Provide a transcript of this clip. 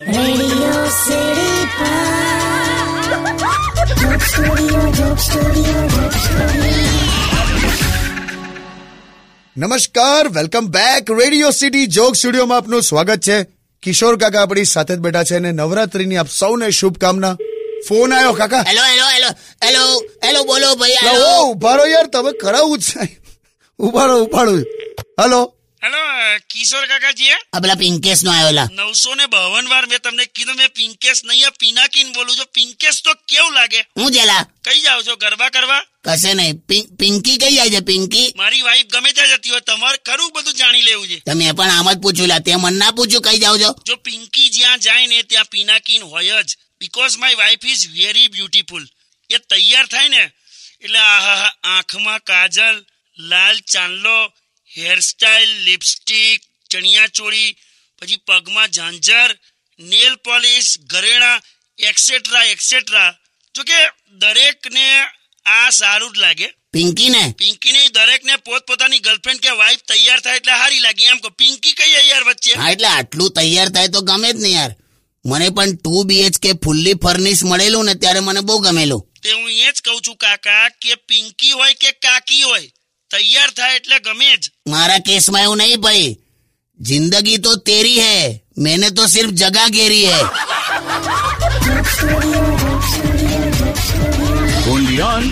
Oh, નમસ્કાર welcome back radio city joke સ્ટુડિયોમાં આપનું સ્વાગત છે કિશોર કાકા આપણી સાથે જ બેઠા છે અને નવરાત્રીની આપ સૌને શુભકામના ફોન આવ્યો કાકા hello hello hello hello hello બોલો ભાઈ હેલો ઓ ઉભા રહો યાર તમે કરાવું જ છે ઉભા રહો ઉપાડું હલો હેલો અ, કિશોર કાકાજી હે? આ પેલા પિંકેશ નો આવ્યો લા. નવસો ને બાવન વાર મેં તમને કીધું મેં પિંકેશ નહીં આ પિનાકીન બોલું છું પિંકેશ તો કેવું લાગે હું છે લા? કઈ જાઓ છો ગરબા કરવા કશે નહીં પિં- પિંકી કઈ જાય છે પિંકી મારી વાઈફ ગમે ત્યાં જતી હોય તમારે ખરું બધું જાણી લેવું છે તમે પણ આમ જ પૂછ્યું લા તે મને ના પૂછ્યું કઈ જાઓ છો જો પિંકી જ્યાં જાય ને ત્યાં પિનાકીન હોય જ because my wife is very beautiful એ તૈયાર થાય ને એટલે આહાહા આંખમાં કાજલ લાલ ચાંદલો હેરસ્ટાઇલ લિપસ્ટિક ચણિયા ચોળી પછી પગમાં ઝાંઝર નેલ પોલિશ ઘરેણા એક્સેટ્રા એક્સેટ્રા જો કે દરેકને આ સારું જ લાગે પિંકી ને પિંકીની દરેકને પોતપોતાની ગર્લફ્રેન્ડ કે વાઈફ તૈયાર થાય એટલે સારી લાગે એમ કહો પિંકી કઈ યાર વચ્ચે હા એટલે આટલું તૈયાર થાય તો ગમે જ ને યાર મને પણ ટુ બીએચકે ફૂલ્લી ફર્નિશ મળેલું ને ત્યારે મને બહુ ગમેલું તે હું એ જ કહું છું કાકા કે પિંકી હોય કે કાકી હોય તૈયાર થાય એટલે ગમે જ મારા કેસમાં એવું નહીં ભાઈ જિંદગી તો તેરી હે મેને તો સિર્ફ જગા ઘેરી હે Only on